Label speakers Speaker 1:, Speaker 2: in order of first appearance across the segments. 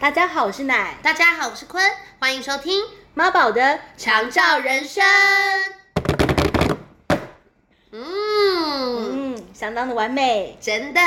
Speaker 1: 大家好，我是奶
Speaker 2: 大家好，我是坤，欢迎收听《
Speaker 1: 妈宝的
Speaker 2: 长照人生》。嗯，
Speaker 1: 嗯，相当的完美。
Speaker 2: 真的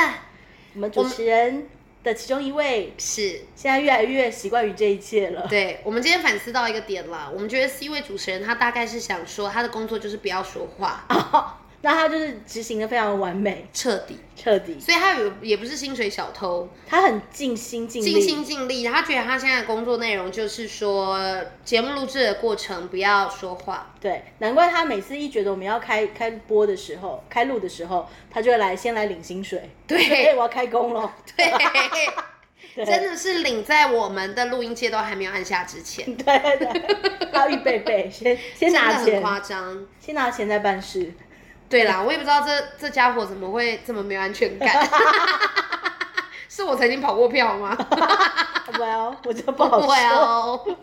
Speaker 1: 我们主持人的其中一位，
Speaker 2: 是，
Speaker 1: 现在越来越习惯于这一切了。
Speaker 2: 对我们今天反思到一个点啦，我们觉得 C 位主持人他大概是想说，他的工作就是不要说话，
Speaker 1: 哦， 那他就是执行的非常的完美
Speaker 2: 彻底，
Speaker 1: 彻底，
Speaker 2: 所以他有也不是薪水小偷，
Speaker 1: 他很尽心尽力。
Speaker 2: 尽心尽力。他觉得他现在的工作内容就是说，节目录制的过程不要说话，
Speaker 1: 对，难怪他每次一觉得我们要开开播的时候，开录的时候，他就会来先来领薪 水。
Speaker 2: 对
Speaker 1: 哎、我要开工了。
Speaker 2: 对，真的是领在我们的录音界都还没有按下之前，
Speaker 1: 对对，他要预备备，先先
Speaker 2: 真的
Speaker 1: 拿
Speaker 2: 很
Speaker 1: 钱，
Speaker 2: 夸张。
Speaker 1: 先拿钱再办 事。
Speaker 2: 对啦，我也不知道这这家伙怎么会这么没有安全 感，是我曾经跑过票吗？
Speaker 1: well，我就 不好
Speaker 2: 不
Speaker 1: 说，
Speaker 2: 会哦。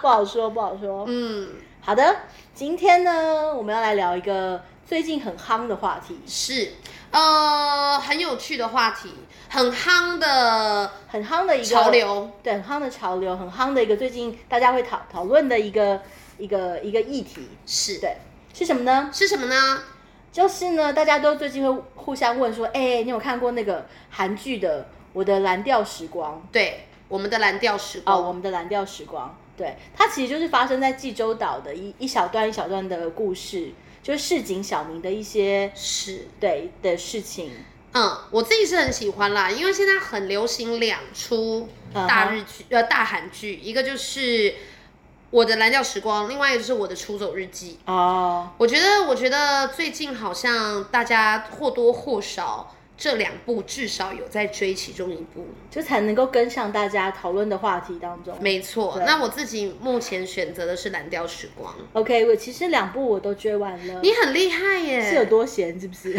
Speaker 1: 不好说，不好说。
Speaker 2: 嗯，
Speaker 1: 好的，今天呢，我们要来聊一个最近很夯的话题，
Speaker 2: 是，呃，很有趣的话题，很夯的
Speaker 1: 很夯的一个
Speaker 2: 潮，流。
Speaker 1: 对，很夯的潮流，很夯的一个最近大家会讨讨论的一个一个一个议题，
Speaker 2: 是
Speaker 1: 对，是什么呢？
Speaker 2: 是什么呢？
Speaker 1: 就是呢，大家都最近会互相问说，哎、你有看过那个韩剧的《我的蓝调时光》？
Speaker 2: 对，我们的蓝调时
Speaker 1: 哦，
Speaker 2: 光。
Speaker 1: 我们的蓝调时光，对，它其实就是发生在济州岛的一一小段一小段的故事，就是市井小民的一些
Speaker 2: 是，
Speaker 1: 对的事情。
Speaker 2: 嗯，我自己是很喜欢啦，因为现在很流行两出
Speaker 1: 嗯哼
Speaker 2: 大日剧，呃，大韩剧，一个就是《我的蓝调时光》，另外一个就是《我的出走日记》。
Speaker 1: 哦，
Speaker 2: 我觉得，我觉得最近好像大家或多或少这两部至少有在追其中一部。
Speaker 1: 就才能够跟上大家讨论的话题当中。
Speaker 2: 没错，那我自己目前选择的是《蓝调时光》，
Speaker 1: OK，我其实两部我都追完了，
Speaker 2: 你很厉害耶！
Speaker 1: 是有多闲是不 是？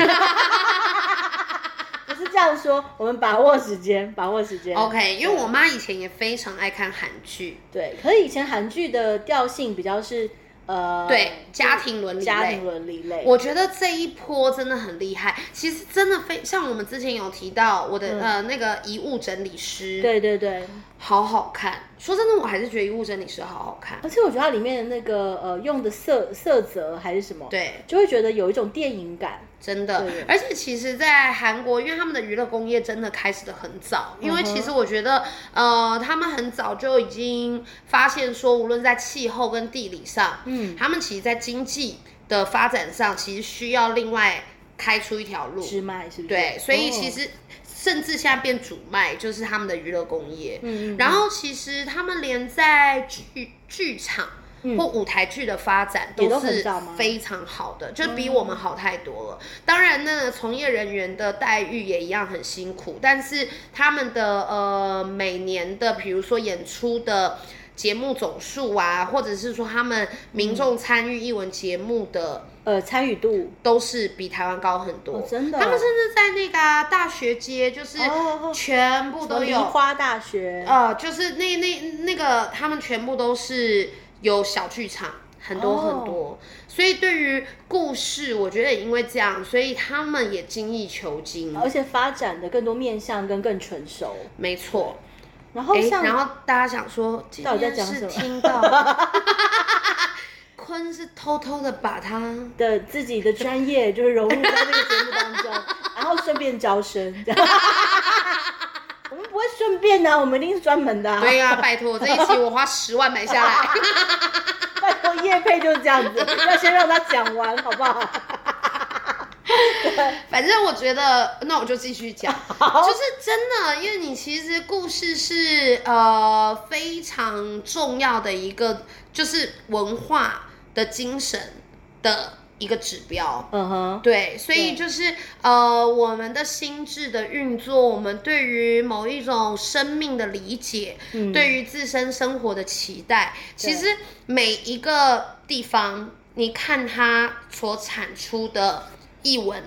Speaker 1: 不是这样说，我们把握时间，把握时间。
Speaker 2: OK，因为我妈以前也非常爱看韩剧，
Speaker 1: 对，可是以前韩剧的调性比较是呃，
Speaker 2: 对家庭伦理类
Speaker 1: 家庭伦理类。
Speaker 2: 我觉得这一波真的很厉害。其实真的非像我们之前有提到我的、呃那个遗物整理师，，
Speaker 1: 嗯对对对，
Speaker 2: 好好看。说真的，我还是觉得遗物整理师好好看。
Speaker 1: 而且我觉得它里面的那个呃用的色色泽还是什么，，
Speaker 2: 对，
Speaker 1: 就会觉得有一种电影感。
Speaker 2: 真的
Speaker 1: 对。
Speaker 2: 而且其实，在韩国，因为他们的娱乐工业真的开始的很
Speaker 1: 嗯
Speaker 2: 早，因为其实我觉得，呃，他们很早就已经发现说，无论在气候跟地理上，
Speaker 1: 嗯，
Speaker 2: 他们其实在经济的发展上，其实需要另外开出一条路。
Speaker 1: 直麦是不是？
Speaker 2: 对，所以其
Speaker 1: 哦
Speaker 2: 实甚至现在变主卖就是他们的娱乐工业。
Speaker 1: 嗯嗯
Speaker 2: 然后其实他们连在剧剧场或舞台剧的发展
Speaker 1: 嗯也都
Speaker 2: 都
Speaker 1: 很
Speaker 2: 是
Speaker 1: 早吗哦
Speaker 2: 非常好的，就比我们好太多了。当然呢，从业人员的待遇也一样很辛苦，但是他们的呃每年的比如说演出的。节目总数啊，或者是说他们
Speaker 1: 嗯
Speaker 2: 民众参与艺文节目的
Speaker 1: 呃参与度
Speaker 2: 都是比台湾高很多，
Speaker 1: 哦真的哦
Speaker 2: 他们甚至在那个啊、大学街，就是
Speaker 1: 哦哦哦
Speaker 2: 全部都
Speaker 1: 梨
Speaker 2: 有，
Speaker 1: 花大学，
Speaker 2: 呃，就是那那那个，他们全部都是有小剧场，很多
Speaker 1: 哦
Speaker 2: 很多。所以对于故事，我觉得也因为这样，所以他们也精益求精。
Speaker 1: 而且发展的更多面向跟更成熟。
Speaker 2: 没错，
Speaker 1: 然后
Speaker 2: 诶
Speaker 1: 哦像、
Speaker 2: 然后大家想说，今
Speaker 1: 到底在
Speaker 2: 天
Speaker 1: 讲什
Speaker 2: 是
Speaker 1: 么
Speaker 2: 听到， 坤是偷偷的把 他
Speaker 1: 的自己的专业就是融入在这个节目当 中，然后顺便招生。这样我们不会顺便的啊、我们一定是专门的、啊。
Speaker 2: 对呀、拜托，这一期我花十万买下来。
Speaker 1: 拜托，叶配就是这样 子，要先让他讲完，好不好？
Speaker 2: 反正我觉得，那我就继续 讲，就是真的，因为你其实故事是呃非常重要的一个，就是文化的精神的一个指标。
Speaker 1: 嗯哼，
Speaker 2: 对，所以就是呃，我们的心智的运作，我们对于某一种生命的理解，
Speaker 1: 嗯
Speaker 2: 对于自身生活的期待，
Speaker 1: 对
Speaker 2: 其实每一个地方，你看它所产出的译文。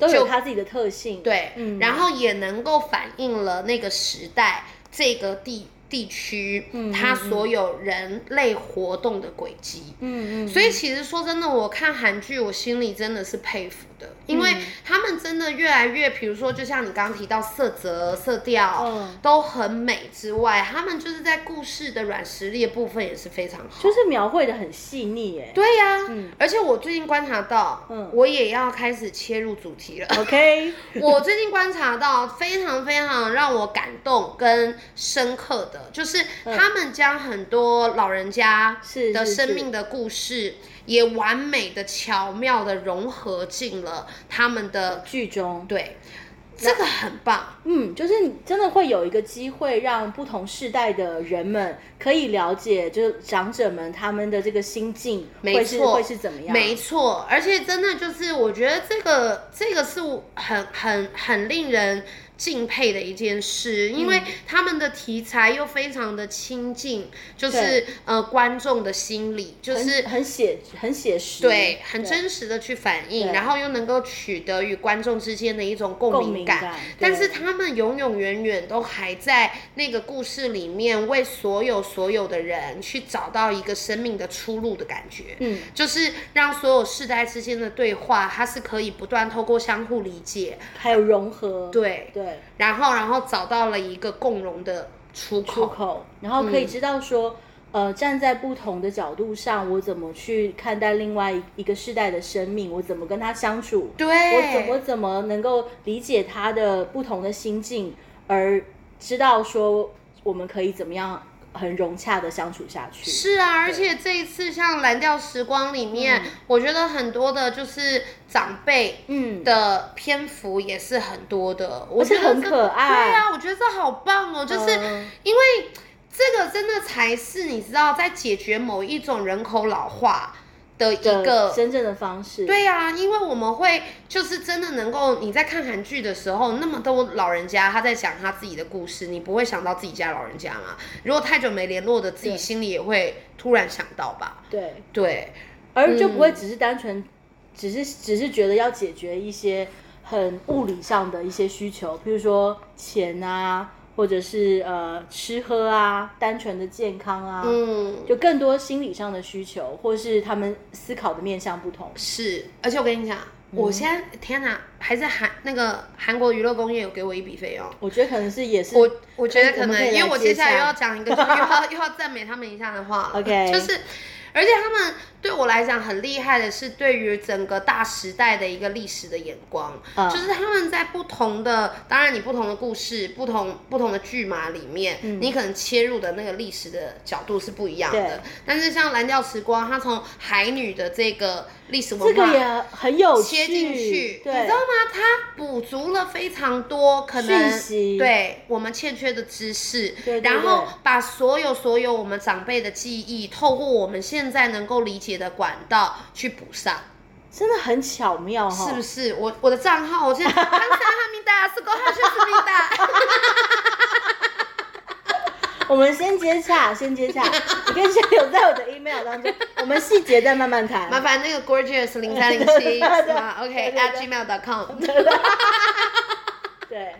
Speaker 1: 都有他自己的特性。，
Speaker 2: 对，
Speaker 1: 嗯
Speaker 2: 然后也能够反映了那个时代这个地地区，
Speaker 1: 嗯
Speaker 2: 它
Speaker 1: 嗯
Speaker 2: 所有人类活动的轨迹。
Speaker 1: 嗯嗯，
Speaker 2: 所以其实说真的，我看韩剧，我心里真的是佩服
Speaker 1: 嗯
Speaker 2: 的，因为他们真的越来越，比如说，就像你刚刚提到色泽、色调、
Speaker 1: 嗯
Speaker 2: 都很美之外，他们就是在故事的软实力的部分也是非常好。
Speaker 1: 就是描绘的很细腻哎。
Speaker 2: 对呀、
Speaker 1: 嗯
Speaker 2: 而且我最近观察到，
Speaker 1: 嗯
Speaker 2: 我也要开始切入主题了。
Speaker 1: OK，
Speaker 2: 我最近观察到非常非常让我感动跟深刻的，就是他们将很多老人家
Speaker 1: 嗯是
Speaker 2: 的
Speaker 1: 是
Speaker 2: 生
Speaker 1: 是
Speaker 2: 命的故事，也完美的巧妙的融合进了他们的
Speaker 1: 剧中，
Speaker 2: 对，这个很棒，
Speaker 1: 嗯，就是你真的会有一个机会，让不同世代的人们可以了解，就是长者们他们的这个心境
Speaker 2: 没
Speaker 1: 会是
Speaker 2: 错，
Speaker 1: 会是怎么样？
Speaker 2: 没错，而且真的就是我觉得这个这个是我很很很令人。敬佩的一件事，因
Speaker 1: 嗯
Speaker 2: 为他们的题材又非常的亲近，就是
Speaker 1: 对
Speaker 2: 呃观众的心理，就是
Speaker 1: 很很写很写实，
Speaker 2: 对，很真实的去反映，
Speaker 1: 对
Speaker 2: 然后又能够取得与观众之间的一种共
Speaker 1: 共
Speaker 2: 鸣
Speaker 1: 鸣
Speaker 2: 感。
Speaker 1: 感
Speaker 2: 但是
Speaker 1: 对
Speaker 2: 他们永永远远都还在那个故事里面，为所有所有的人去找到一个生命的出路的感觉。
Speaker 1: 嗯，
Speaker 2: 就是让所有世代之间的对话，它是可以不断透过相互理解，
Speaker 1: 还有融合，
Speaker 2: 对，
Speaker 1: 对，
Speaker 2: 然后然后找到了一个共融的出口。
Speaker 1: 出口，然后
Speaker 2: 嗯
Speaker 1: 可以知道说，呃，站在不同的角度上，我怎么去看待另外一一个世代的生命，我怎么跟他相处，
Speaker 2: 对，
Speaker 1: 我怎我怎么能够理解他的不同的心境，而知道说我们可以怎么样很融洽的相处下去。
Speaker 2: 是啊，而且这一次像《蓝调时光》里面，我觉得很多的就是长辈
Speaker 1: 嗯，
Speaker 2: 的篇幅也是很多的，我觉
Speaker 1: 且
Speaker 2: 得
Speaker 1: 很
Speaker 2: 这
Speaker 1: 可爱
Speaker 2: 对啊，我觉得这好棒哦，就是
Speaker 1: 嗯
Speaker 2: 因为这个真的才是你知道在解决某一种人口老化的一个
Speaker 1: 的真正的方式，
Speaker 2: 对呀、因为我们会就是真的能够，你在看韩剧的时候，那么多老人家他在讲他自己的故事，你不会想到自己家老人家嘛？如果太久没联络的，自己
Speaker 1: 对
Speaker 2: 心里也会突然想到吧？
Speaker 1: 对，
Speaker 2: 对，
Speaker 1: 而就不会只是单纯，只是只是觉得要解决一些很物理上的一些需求，比如说钱啊，或者是呃吃喝啊，单纯的健康啊，
Speaker 2: 嗯，
Speaker 1: 就更多心理上的需求，或是他们思考的面向不同。
Speaker 2: 是。而且我跟你讲，
Speaker 1: 嗯
Speaker 2: 我现在天哪，还是韩那个韩国娱乐工业有给我一笔费用。
Speaker 1: 我觉得可能是也是
Speaker 2: 我我觉得
Speaker 1: 可以
Speaker 2: 可
Speaker 1: 我们
Speaker 2: 能，
Speaker 1: 可以来
Speaker 2: 因为我接
Speaker 1: 接
Speaker 2: 下来又
Speaker 1: 下
Speaker 2: 要讲 一个，就是又要又要赞美他们一下的话了
Speaker 1: OK
Speaker 2: 就是，而且他们对我来讲很厉害的是，对于整个大时代的一个历史的眼光，
Speaker 1: 嗯
Speaker 2: 就是他们在不同的，当然你不同的故事、不同不同的剧码里面，你可能切入的那个历史的角度是不一样
Speaker 1: 嗯对
Speaker 2: 的。但是像《蓝调时光》，它从海女的这个历史文化，
Speaker 1: 这个也很有趣，
Speaker 2: 切进去，你
Speaker 1: 对
Speaker 2: 知道吗？它补足了非常多可能
Speaker 1: 讯息
Speaker 2: 对我们欠缺的知识，
Speaker 1: 对对
Speaker 2: 然后
Speaker 1: 对
Speaker 2: 把所有所有我们长辈的记忆，透过我们现在能够理解的管道去补上，
Speaker 1: 哦真的很巧妙哈、
Speaker 2: 是不是？我我的账号，我现在 康萨哈密达是高哈是思密达，
Speaker 1: 我们先接 洽，先接洽，你可以先留在我的 email 当中，我们细节再慢慢谈。
Speaker 2: 麻烦那个 gorgeous 零三零七是吗
Speaker 1: 对对
Speaker 2: ？OK
Speaker 1: 对
Speaker 2: at gmail.com，
Speaker 1: 对，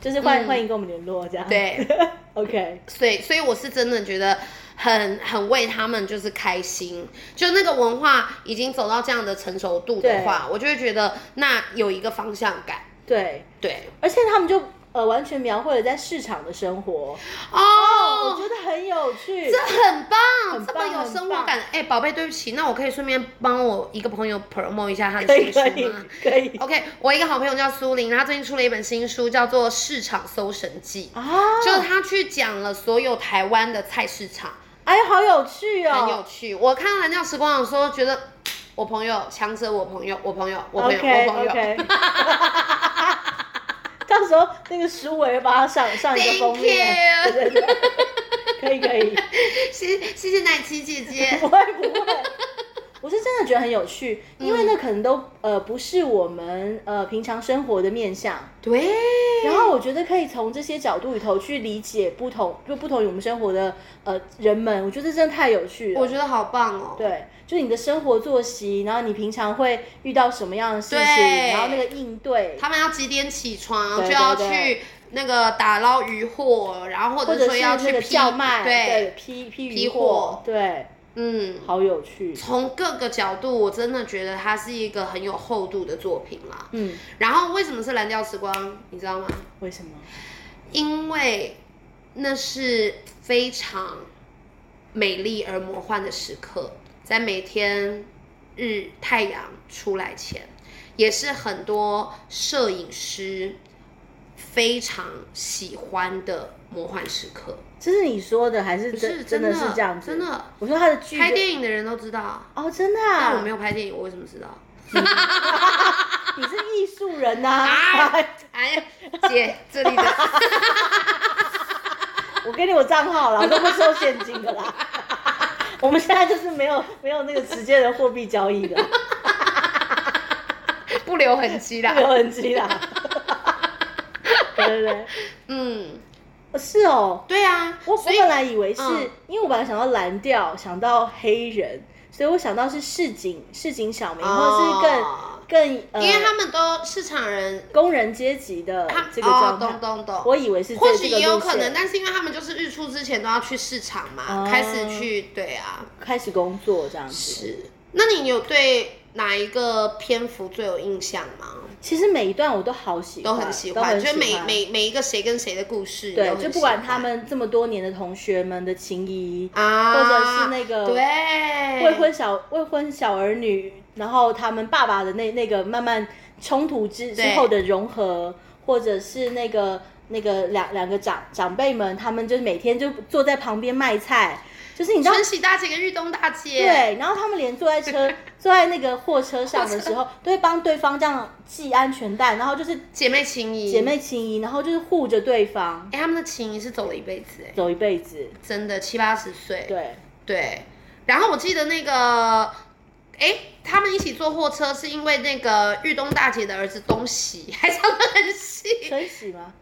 Speaker 1: 就是欢
Speaker 2: 嗯
Speaker 1: 迎欢迎跟我们联络这样。
Speaker 2: 对。
Speaker 1: ，OK，
Speaker 2: 所以，所以我是真的觉得很很为他们就是开心，就那个文化已经走到这样的成熟度的话，我就会觉得那有一个方向感。
Speaker 1: 对，
Speaker 2: 对
Speaker 1: 而且他们就呃完全描绘了在市场的生活，我
Speaker 2: 哦，
Speaker 1: 觉得很有趣
Speaker 2: 这。很棒，
Speaker 1: 很棒
Speaker 2: 这么有生活
Speaker 1: 很
Speaker 2: 感。哎，宝贝，对不起，那我可以顺便帮我一个朋友 promo 一下他
Speaker 1: 可
Speaker 2: 的
Speaker 1: 以
Speaker 2: 新
Speaker 1: 可
Speaker 2: 书
Speaker 1: 以
Speaker 2: 吗
Speaker 1: 可以
Speaker 2: ？OK，我一个好朋友叫苏玲，她最近出了一本新书，叫做《市场搜神记》，
Speaker 1: 啊！
Speaker 2: 就是她去讲了所有台湾的菜市场。
Speaker 1: 哎，好有趣哦，
Speaker 2: 很有趣。我看到《蓝调时光》的时候，觉得我朋友强者，我朋友，我朋友，我朋友
Speaker 1: OK
Speaker 2: 我朋友。
Speaker 1: OK，到时候那个书我也帮他上上一个封面
Speaker 2: Thank you
Speaker 1: 对对对，可以可以，
Speaker 2: 谢谢谢奶琪姐姐
Speaker 1: 不。会不会。我是真的觉得很有趣，因为那可能都呃不是我们呃平常生活的面向，
Speaker 2: 对，
Speaker 1: 然后我觉得可以从这些角度里头去理解不同，就不同于我们生活的呃人们，我觉得真的太有趣了。
Speaker 2: 我觉得好棒哦。
Speaker 1: 对，就是你的生活作息，然后你平常会遇到什么样的事情，
Speaker 2: 对
Speaker 1: 然后那个应对，
Speaker 2: 他们要几点起床，
Speaker 1: 对
Speaker 2: 就要
Speaker 1: 对
Speaker 2: 去
Speaker 1: 对。
Speaker 2: 那个打捞渔获，然后
Speaker 1: 或
Speaker 2: 或
Speaker 1: 者
Speaker 2: 说
Speaker 1: 是
Speaker 2: 要
Speaker 1: 那
Speaker 2: 去
Speaker 1: 个
Speaker 2: 批
Speaker 1: 叫卖，
Speaker 2: 对，
Speaker 1: 批批
Speaker 2: 批
Speaker 1: 鱼
Speaker 2: 货
Speaker 1: 对，
Speaker 2: 嗯，
Speaker 1: 好有趣，
Speaker 2: 从各个角度，我真的觉得它是一个很有厚度的作品啦。
Speaker 1: 嗯，
Speaker 2: 然后为什么是蓝调时光，你知道吗？
Speaker 1: 为什么？
Speaker 2: 因为那是非常美丽而魔幻的时刻，在每天日太阳出来前，也是很多摄影师非常喜欢的魔幻时刻。
Speaker 1: 这是你说的还是
Speaker 2: 不
Speaker 1: 真
Speaker 2: 是
Speaker 1: 真
Speaker 2: 的
Speaker 1: 是这样子？
Speaker 2: 真的
Speaker 1: 我说他的剧
Speaker 2: 拍
Speaker 1: 就
Speaker 2: 电影的人都知道，
Speaker 1: 哦，真的、
Speaker 2: 但我
Speaker 1: 啊
Speaker 2: 没，有拍电影，我为什么知道？
Speaker 1: 你是艺术人呐、
Speaker 2: 哎哎呀，姐，这里的
Speaker 1: 我给你我账号了，我都不收现金的啦。 我们现在就是没有没有那个直接的货币交易的，
Speaker 2: 不留痕迹
Speaker 1: 没有
Speaker 2: 啦。
Speaker 1: 痕迹啦。 对对对
Speaker 2: 嗯，
Speaker 1: 哦，是哦，
Speaker 2: 对啊，
Speaker 1: 我我
Speaker 2: 所以
Speaker 1: 本来以为是、
Speaker 2: 嗯
Speaker 1: 因为我本来想到蓝调，想到黑人，所以我想到是市井市井小民，
Speaker 2: 哦
Speaker 1: 或者是更更呃，
Speaker 2: 因为他们都市场人，
Speaker 1: 工人阶级的
Speaker 2: 他
Speaker 1: 这个
Speaker 2: 哦
Speaker 1: 状，态。
Speaker 2: 懂懂懂，
Speaker 1: 我以为是这
Speaker 2: 或许
Speaker 1: 这个
Speaker 2: 也有
Speaker 1: 路线
Speaker 2: 可能，但是因为他们就是日出之前都要去市场嘛，
Speaker 1: 哦
Speaker 2: 开始去对啊，
Speaker 1: 开始工作这样子。
Speaker 2: 是。那你有对哪一个篇幅最有印象吗？
Speaker 1: 其实每一段我都好喜欢，都
Speaker 2: 都很喜欢，
Speaker 1: 喜
Speaker 2: 就每
Speaker 1: 欢
Speaker 2: 每每一个谁跟谁的故事，你都
Speaker 1: 对，
Speaker 2: 很
Speaker 1: 就不管
Speaker 2: 喜欢
Speaker 1: 他们这么多年的同学们的情谊，
Speaker 2: 啊，
Speaker 1: 或者是那个
Speaker 2: 对
Speaker 1: 未婚小未婚小儿女，然后他们爸爸的那那个慢慢冲突之之
Speaker 2: 对
Speaker 1: 后的融合，或者是那个那个两两个长长辈们，他们就是每天就坐在旁边卖菜，就是你知道
Speaker 2: 春。喜大姐跟玉东大姐，
Speaker 1: 对，然后他们连坐在 车坐在那个货车上的时候，都会帮对方这样系安全带，然后就是
Speaker 2: 姐妹情谊，
Speaker 1: 姐妹情谊，然后就是护着对方
Speaker 2: 哎、他们的情谊是走了一辈子、哎，
Speaker 1: 走一辈子。
Speaker 2: 真的七八十岁，
Speaker 1: 对，
Speaker 2: 对，然后我记得那个，哎，他们一起坐货车是因为那个玉东大姐的儿子东喜，还唱得很细，
Speaker 1: 春喜吗？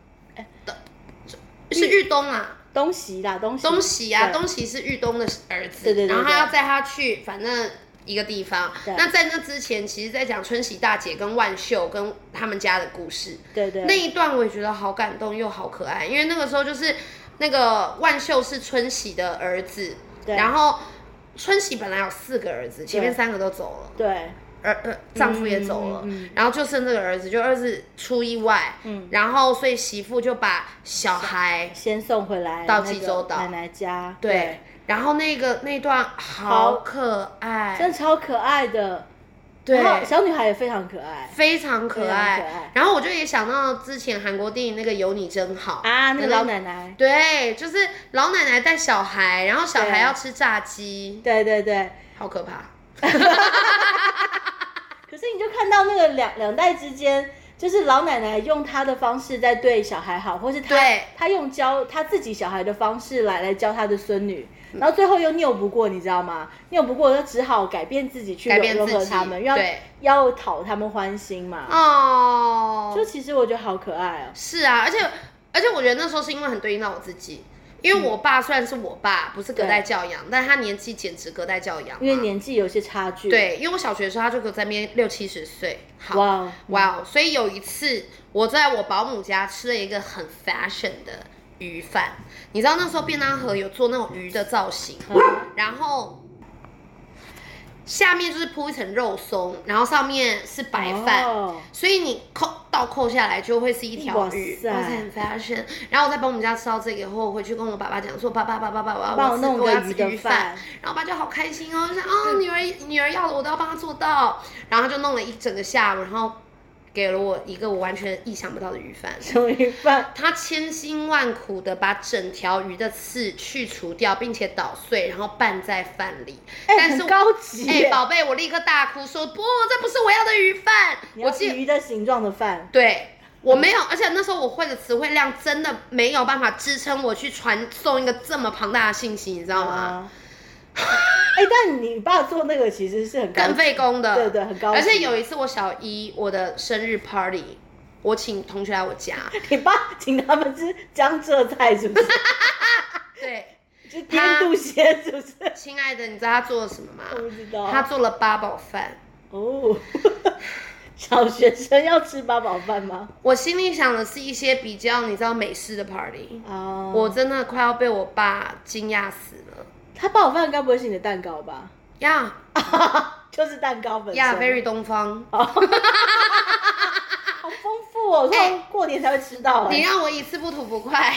Speaker 2: 是玉东啊，
Speaker 1: 东喜啦，东喜，
Speaker 2: 东喜啊，
Speaker 1: 对
Speaker 2: 东喜是玉东的儿子，
Speaker 1: 对对对
Speaker 2: 然后他
Speaker 1: 对
Speaker 2: 要载他去，反正。一个地方，
Speaker 1: 对
Speaker 2: 那在那之前，其实在讲春喜大姐跟万秀跟他们家的故事。
Speaker 1: 对对
Speaker 2: 那一段我也觉得好感动又好可爱，因为那个时候就是那个万秀是春喜的儿子，
Speaker 1: 对
Speaker 2: 然后春喜本来有四个儿子，前面三个都走了，
Speaker 1: 对，
Speaker 2: 儿呃丈夫也走了，
Speaker 1: 嗯嗯嗯
Speaker 2: 然后就剩这个儿子，就儿子出意外，
Speaker 1: 嗯
Speaker 2: 然后所以媳妇就把小孩
Speaker 1: 先送回来
Speaker 2: 到
Speaker 1: 那个
Speaker 2: 济州岛
Speaker 1: 奶奶家，
Speaker 2: 对，然后那个那段好
Speaker 1: 好
Speaker 2: 可
Speaker 1: 对，真
Speaker 2: 爱，
Speaker 1: 的超可爱的。
Speaker 2: 对。
Speaker 1: 然后小女孩也非常可爱
Speaker 2: 非常可爱，
Speaker 1: 非常可爱
Speaker 2: 然后我就也想到之前韩国电影那个《有你真好》
Speaker 1: 啊，那个老
Speaker 2: 奶。
Speaker 1: 奶奶，
Speaker 2: 对，就是老奶奶带小孩，然后小孩
Speaker 1: 对
Speaker 2: 要吃炸鸡，
Speaker 1: 对对对。
Speaker 2: 好可怕。
Speaker 1: 可是你就看到那个两两代之间。就是老奶奶用她的方式在对小孩好，或是她
Speaker 2: 对
Speaker 1: 她用教她自己小孩的方式来来教她的孙女，
Speaker 2: 嗯
Speaker 1: 然后最后又拗不过，你知道吗？拗不过，她只好改变自己去
Speaker 2: 改变
Speaker 1: 融
Speaker 2: 自
Speaker 1: 合
Speaker 2: 己
Speaker 1: 他们，要
Speaker 2: 对
Speaker 1: 要讨他们欢心嘛。
Speaker 2: 哦，
Speaker 1: 就其实我觉得好可爱哦。
Speaker 2: 是啊，而且而且我觉得那时候是因为很对应到我自己，因为我
Speaker 1: 嗯
Speaker 2: 爸虽然是我爸，不是隔代教养，但他年纪简直隔代教养嘛，
Speaker 1: 因为年纪有些差距。，
Speaker 2: 对，因为我小学的时候他就给我在那边六七十岁，好
Speaker 1: 哇哦
Speaker 2: 哇哦，所以有一次我在我保姆家吃了一个很 fashion 的鱼饭，你知道那时候便当盒有做那种鱼的造型，然后下面就是铺一层肉松，然后上面是白饭。
Speaker 1: 哦
Speaker 2: 所以你扣倒扣下来就会是一条鱼，
Speaker 1: 哇塞
Speaker 2: 哇塞，很 fashion。然后我在保姆家吃到这个以后，我回去跟我爸爸讲说，爸爸爸爸爸爸，
Speaker 1: 帮
Speaker 2: 我
Speaker 1: 我
Speaker 2: 吃
Speaker 1: 弄
Speaker 2: 我
Speaker 1: 个
Speaker 2: 要
Speaker 1: 鱼
Speaker 2: 吃
Speaker 1: 的
Speaker 2: 鱼饭
Speaker 1: 饭。
Speaker 2: 然后我爸就好开心哦，就说啊、女儿女儿要的我都要帮她做到。然后他就弄了一整个下午，然后给了我一个我完全意想不到的鱼饭。
Speaker 1: 什么鱼饭？
Speaker 2: 他千辛万苦的把整条鱼的刺去除掉，并且捣碎，然后拌在饭里。
Speaker 1: 哎、
Speaker 2: 但是
Speaker 1: 很高级
Speaker 2: 哎、
Speaker 1: 耶。
Speaker 2: 宝贝，我立刻大哭说不，这不是我要的鱼饭。
Speaker 1: 你
Speaker 2: 我
Speaker 1: 要
Speaker 2: 记得
Speaker 1: 鱼的形状的饭，
Speaker 2: 对。我没有，而且那时候我会的词汇量真的没有办法支撑我去传送一个这么庞大的信息，你知道吗？
Speaker 1: 啊。哎、但你爸做那个其实是很高
Speaker 2: 更费工的，
Speaker 1: 对对很高级
Speaker 2: 而且有一次我小一我的生日 party，我请同学来我 家，
Speaker 1: 你爸请他们吃江浙菜是 不是？
Speaker 2: 对，
Speaker 1: 就天肚蟹是不是？
Speaker 2: 亲
Speaker 1: 哦
Speaker 2: 爱的，你知道他做了什么吗？
Speaker 1: 我不知道。
Speaker 2: 他做了八宝饭，
Speaker 1: 哦， 小学生要吃八宝饭吗？
Speaker 2: 我心里想的是一些比较你知道美式的 party，、
Speaker 1: 哦，
Speaker 2: 我真的快要被我爸惊讶死了
Speaker 1: 他八宝饭该不会是你的蛋糕吧？
Speaker 2: 呀
Speaker 1: 就是蛋糕本身。
Speaker 2: 呀，very 东方。
Speaker 1: 啊好丰富哦，
Speaker 2: 哎
Speaker 1: 像过年才会吃到、
Speaker 2: 你
Speaker 1: 哎，
Speaker 2: 让我一次不吐不 快。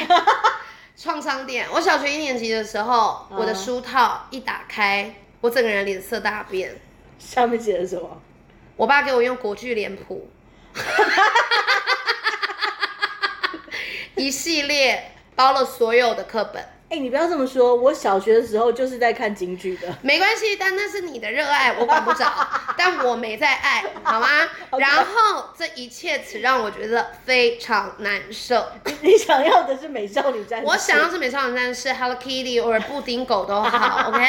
Speaker 2: 创伤店，我小学一年级的时候，我的书套一打开，我整个人脸色大变。
Speaker 1: 上面写的什么？
Speaker 2: 我爸给我用国剧脸谱，一系列包了所有的课本。
Speaker 1: 哎、你不要这么说，我小学的时候就是在看京剧的。
Speaker 2: 没关系，但那是你的热爱，我管不着。但我没在爱，好吗
Speaker 1: OK
Speaker 2: 然后这一切只让我觉得非常难受。
Speaker 1: 你你想要的是美少女战士，
Speaker 2: 我想要是美少女战士、Hello Kitty 或者布丁狗都好 ，OK？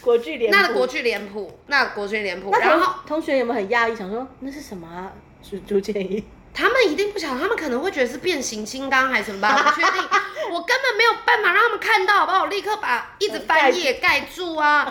Speaker 1: 国剧连
Speaker 2: 那的国剧脸谱，那的国剧脸谱，
Speaker 1: 那
Speaker 2: 然
Speaker 1: 同
Speaker 2: 后
Speaker 1: 同学有没有很讶异，想说那是什么啊？是朱建一，
Speaker 2: 他们一定不晓得，他们可能会觉得是变形金刚还是什 么吧，我不确定，我根本没有办法让他们看到，好不好？我立刻把一直翻页盖住 啊！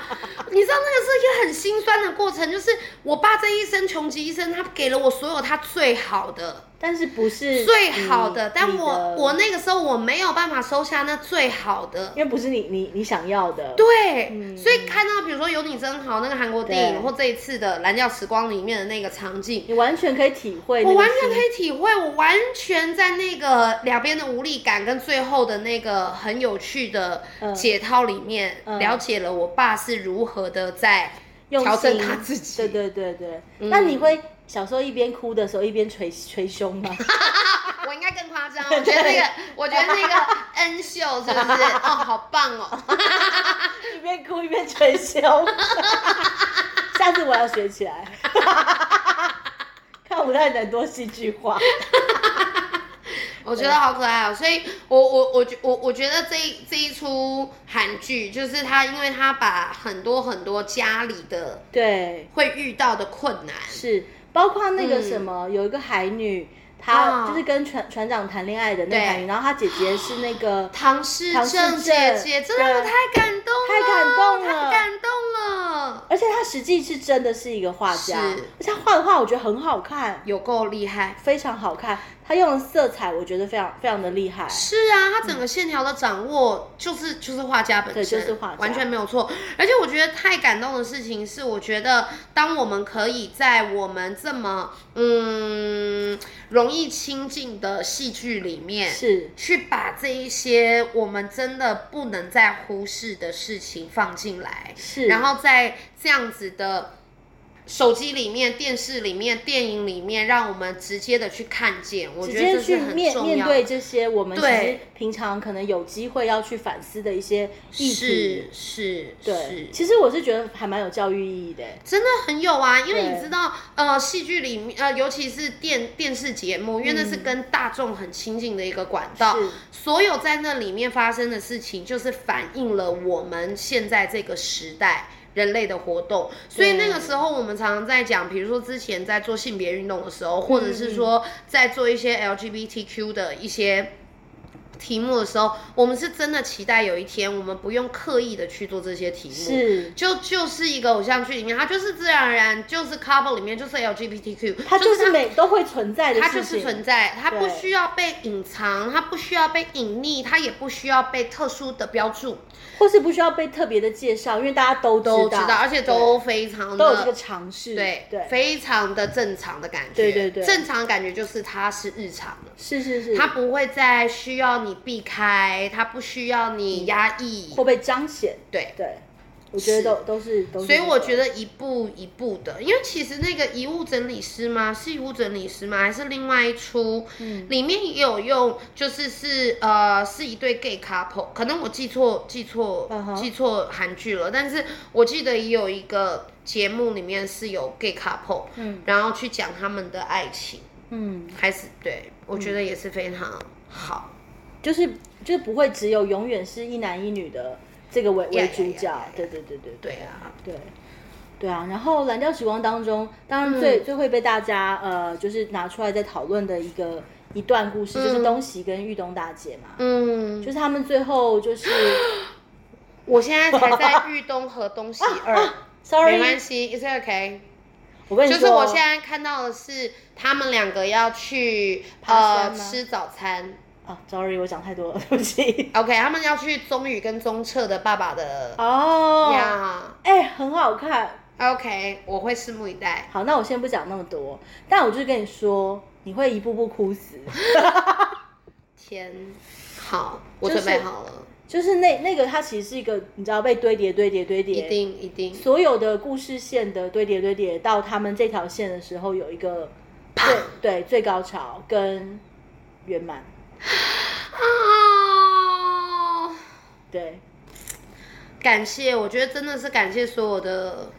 Speaker 2: 你知道那个是一个很心酸的过程，就是我爸这一生穷极一生，他给了我所有他最好的。
Speaker 1: 但是不是
Speaker 2: 最
Speaker 1: 你
Speaker 2: 好的，但
Speaker 1: 你的
Speaker 2: 我我那个时候我没有办法收下那最好的，
Speaker 1: 因为不是你你你想要的，
Speaker 2: 对，
Speaker 1: 嗯
Speaker 2: 所以看到比如说有你真好那个韩国电影，
Speaker 1: 对
Speaker 2: 或这一次的《蓝调时光》里面的那个场景，
Speaker 1: 你完全可以体会，
Speaker 2: 我完全可。以体会，我完全在那个两边的无力感跟最后的那个很有趣的
Speaker 1: 嗯
Speaker 2: 解套里面，
Speaker 1: 嗯
Speaker 2: 了解了我爸是如何的在
Speaker 1: 用
Speaker 2: 调整
Speaker 1: 心
Speaker 2: 他自己。嗯
Speaker 1: 对对对对，那你会小时候一边哭的时候一边捶捶胸吗？
Speaker 2: 我应该更夸张，我觉得那个，我觉得那个恩秀是不是？哦，好棒哦！
Speaker 1: 一边哭一边捶胸，下次我要学起来。 看我到底能多戏剧化。
Speaker 2: 我觉得好可爱哦、所以我我我觉我我觉得这一这一出韩剧，就是他，因为他把很多很多家里的
Speaker 1: 对，
Speaker 2: 会遇到的困难，
Speaker 1: 是包括那个
Speaker 2: 嗯
Speaker 1: 什么，有一个海女，
Speaker 2: 啊
Speaker 1: 她就是跟船船长谈恋爱的那
Speaker 2: 对，
Speaker 1: 个海女，然后她姐姐是那个
Speaker 2: 唐诗
Speaker 1: 唐诗
Speaker 2: 正姐姐
Speaker 1: 正
Speaker 2: 真的
Speaker 1: 对
Speaker 2: 太感动了，
Speaker 1: 太感动了
Speaker 2: 太感动了，
Speaker 1: 而且她实际是真的是一个画家，
Speaker 2: 是
Speaker 1: 而且她画的画我觉得很好看，
Speaker 2: 有够厉害。
Speaker 1: 非常好看，她用的色彩我觉得非常非常的厉害。
Speaker 2: 是啊，他整个线条的掌握就是、就是画家本
Speaker 1: 对
Speaker 2: 身，
Speaker 1: 就是画家
Speaker 2: 完全没有错。而且我觉得太感动的事情是，我觉得当我们可以在我们这么嗯容易亲近的戏剧里面，
Speaker 1: 是，
Speaker 2: 去把这一些我们真的不能再忽视的事情放进来，
Speaker 1: 是
Speaker 2: 然后在这样子的手机里面、电视里面、电影里面，让我们直接的去看见，我
Speaker 1: 直
Speaker 2: 觉得
Speaker 1: 接
Speaker 2: 这是
Speaker 1: 去
Speaker 2: 很
Speaker 1: 面
Speaker 2: 重
Speaker 1: 面
Speaker 2: 要
Speaker 1: 对
Speaker 2: 的。
Speaker 1: 这些我们其
Speaker 2: 对
Speaker 1: 实平常可能有机会要去反思的一些议
Speaker 2: 是
Speaker 1: 题。
Speaker 2: 是
Speaker 1: 对，
Speaker 2: 是，
Speaker 1: 其实我是觉得还蛮有教育意义的。
Speaker 2: 真的很有啊，因为你
Speaker 1: 对
Speaker 2: 知道，呃，戏剧里面，呃，尤其是电电视节目，因为那是
Speaker 1: 嗯
Speaker 2: 跟大众很亲近的一个管道
Speaker 1: 是，
Speaker 2: 所有在那里面发生的事情，就是反映了我们现在这个时代。人类的活动，所以
Speaker 1: 对
Speaker 2: 那个时候我们常常在讲，比如说之前在做性别运动的
Speaker 1: 嗯
Speaker 2: 时候，或者是说在做一些 LGBTQ 的一些题目的时候，我们是真的期待有一天我们不用刻意的去做这些题目，
Speaker 1: 是，
Speaker 2: 就就是一个偶像剧里面，它就是自然而然就是 couple 里面就是 LGBTQ，
Speaker 1: 它就
Speaker 2: 它
Speaker 1: 是每都会存在的
Speaker 2: 它
Speaker 1: 事
Speaker 2: 就是
Speaker 1: 情。
Speaker 2: 存在，它不
Speaker 1: 对
Speaker 2: 需要被隐藏，它不需要被隐匿，它也不需要被特殊的标注，
Speaker 1: 或是不需要被特别的介绍，因为大家都
Speaker 2: 都
Speaker 1: 知
Speaker 2: 知道，而且都非
Speaker 1: 对
Speaker 2: 常
Speaker 1: 都有这个
Speaker 2: 的。
Speaker 1: 尝试，
Speaker 2: 对
Speaker 1: 对，
Speaker 2: 非常的正常的感觉，
Speaker 1: 对对对
Speaker 2: 正常的感觉就是它是日常的，
Speaker 1: 是是是，
Speaker 2: 它不会再需要你避开，它不需要
Speaker 1: 嗯
Speaker 2: 你压抑，
Speaker 1: 会被彰显，
Speaker 2: 对，
Speaker 1: 对，我觉得都都是都是，
Speaker 2: 所以我觉得一步一步的，因为其实那个遗物整理师吗？是遗物整理师吗？还是另外一出？
Speaker 1: 嗯
Speaker 2: 里面也有用，就是是呃是一对 gay couple，可能我记错记错、
Speaker 1: 嗯哼
Speaker 2: 记错韩剧了，但是我记得也有一个节目里面是有 gay couple，
Speaker 1: 嗯
Speaker 2: 然后去讲他们的爱情，
Speaker 1: 嗯，
Speaker 2: 还是对我觉得也是非常好。
Speaker 1: 就是就是不会只有永远是一男一女的这个为
Speaker 2: 呀
Speaker 1: 为主
Speaker 2: 呀
Speaker 1: 角
Speaker 2: 呀呀，
Speaker 1: 对对对对
Speaker 2: 对啊，
Speaker 1: 对对啊，然后《蓝调时光》当中，当然
Speaker 2: 嗯
Speaker 1: 最、最会被大家呃，就是拿出来在讨论的一个一段故事，就是东喜跟玉东大姐嘛，
Speaker 2: 嗯，
Speaker 1: 就是他们最后 就是
Speaker 2: 我现在才在 玉东和东西二。
Speaker 1: ，sorry，
Speaker 2: 没关系，It's okay。
Speaker 1: 我跟你
Speaker 2: 就
Speaker 1: 说，
Speaker 2: 是我现在看到的是他们两个要去
Speaker 1: 爬山
Speaker 2: 呃
Speaker 1: 吗
Speaker 2: 吃早餐
Speaker 1: 啊，sorry，我讲太多了，对不起。
Speaker 2: ，OK，他们要去宗宇跟宗彻的爸爸的
Speaker 1: 哦，
Speaker 2: 呀
Speaker 1: 哎、很好看。
Speaker 2: ，OK，我会拭目以待。
Speaker 1: 好，那我先不讲那么多，但我就是跟你说，你会一步步哭死。
Speaker 2: 天，好，我
Speaker 1: 就是
Speaker 2: 准备好了，
Speaker 1: 就是那那个，它其实是一个，你知道被堆叠、堆叠、堆叠，
Speaker 2: 一定一定，
Speaker 1: 所有的故事线的堆叠堆叠到他们这条线的时候，有一个最对最高潮跟圆满，
Speaker 2: 啊，
Speaker 1: 对，
Speaker 2: 感谢，我觉得真的是感谢所有的，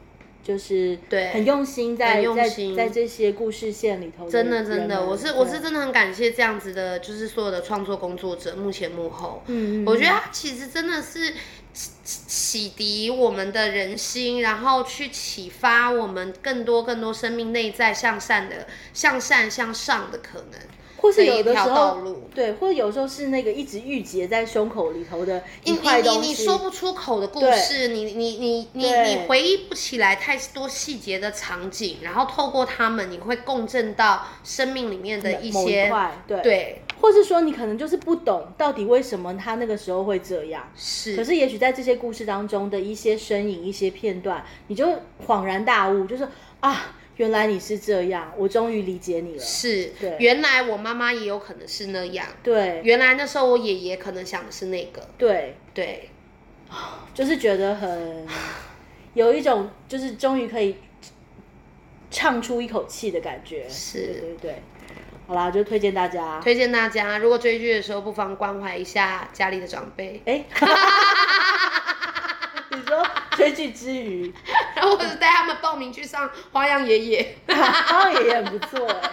Speaker 1: 就是
Speaker 2: 对
Speaker 1: 很用心在
Speaker 2: 很用心
Speaker 1: 在在这些故事线里头人
Speaker 2: 真的
Speaker 1: 们，
Speaker 2: 真的，我是我是
Speaker 1: 对啊
Speaker 2: 真的很感谢这样子的，就是所有的创作工作者，幕前幕后，
Speaker 1: 嗯，嗯
Speaker 2: 我觉得它其实真的是洗洗涤我们的人心，然后去启发我们更多更多生命内在向善的、向善向上的可能。
Speaker 1: 或是
Speaker 2: 这
Speaker 1: 有
Speaker 2: 一
Speaker 1: 的
Speaker 2: 条
Speaker 1: 时
Speaker 2: 道
Speaker 1: 候
Speaker 2: 路。
Speaker 1: 对，或者有时候是那个一直郁结在胸口里头的
Speaker 2: 你
Speaker 1: 一
Speaker 2: 你
Speaker 1: 块
Speaker 2: 你
Speaker 1: 东西，
Speaker 2: 你说不出口的故事，你你你你
Speaker 1: 对
Speaker 2: 你回忆不起来太多细节的场景，然后透过他们，你会共振到生命里面的一
Speaker 1: 某
Speaker 2: 些
Speaker 1: 块，对，
Speaker 2: 对
Speaker 1: 或是说你可能就是不懂到底为什么他那个时候会这样，
Speaker 2: 是，
Speaker 1: 可是，也许在这些故事当中的一些身影、一些片段，你就恍然大悟，就是啊，原来你是这样，我终于理解你了。
Speaker 2: 是
Speaker 1: 对
Speaker 2: 原来我妈妈也有可能是那样，
Speaker 1: 对
Speaker 2: 原来那时候我爷爷可能想的是那个，
Speaker 1: 对，
Speaker 2: 对，
Speaker 1: 就是觉得 很有一种，就是终于可以唱出一口气的感觉。
Speaker 2: 是
Speaker 1: 对对对。好啦，就推荐大家。
Speaker 2: 推荐大家，如果追剧的时候，不妨关怀一下家里的长辈，
Speaker 1: 哎， 你说追剧之余，
Speaker 2: 然后或者带他们报名去上花样爷爷。
Speaker 1: 好像也很不错哎。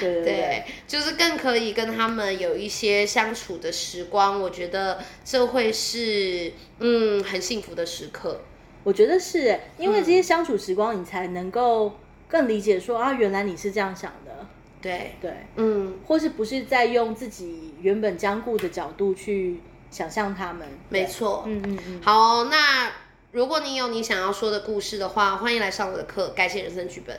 Speaker 1: 对对
Speaker 2: 对，就是更可以跟他们有一些相处的时光，我觉得这会是嗯很幸福的时刻。
Speaker 1: 我觉得是欸，因
Speaker 2: 嗯
Speaker 1: 为这些相处时光，你才能够更理解说啊，原来你是这样想的，
Speaker 2: 对，
Speaker 1: 对，
Speaker 2: 嗯，
Speaker 1: 或是不是在用自己原本僵固的角度去想象他们，对
Speaker 2: 没，错。
Speaker 1: 嗯嗯 嗯，
Speaker 2: 好哦、那如果你有你想要说的故事的话，欢迎来上我的课《改写人生剧本》。，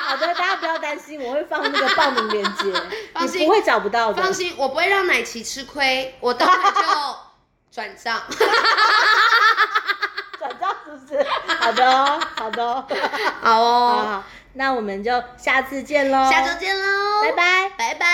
Speaker 1: 好的，大家不要担心，我会放那个报名链接
Speaker 2: 放心
Speaker 1: 你不会找不到的
Speaker 2: 放，心，我不会让奶琪吃亏，我等会就转账。
Speaker 1: 转账是不是？好的哦，好的 哦，
Speaker 2: 好
Speaker 1: 好
Speaker 2: 哦，
Speaker 1: 好，那我们就下次见喽，
Speaker 2: 下周见喽，
Speaker 1: 拜，拜。
Speaker 2: 拜拜。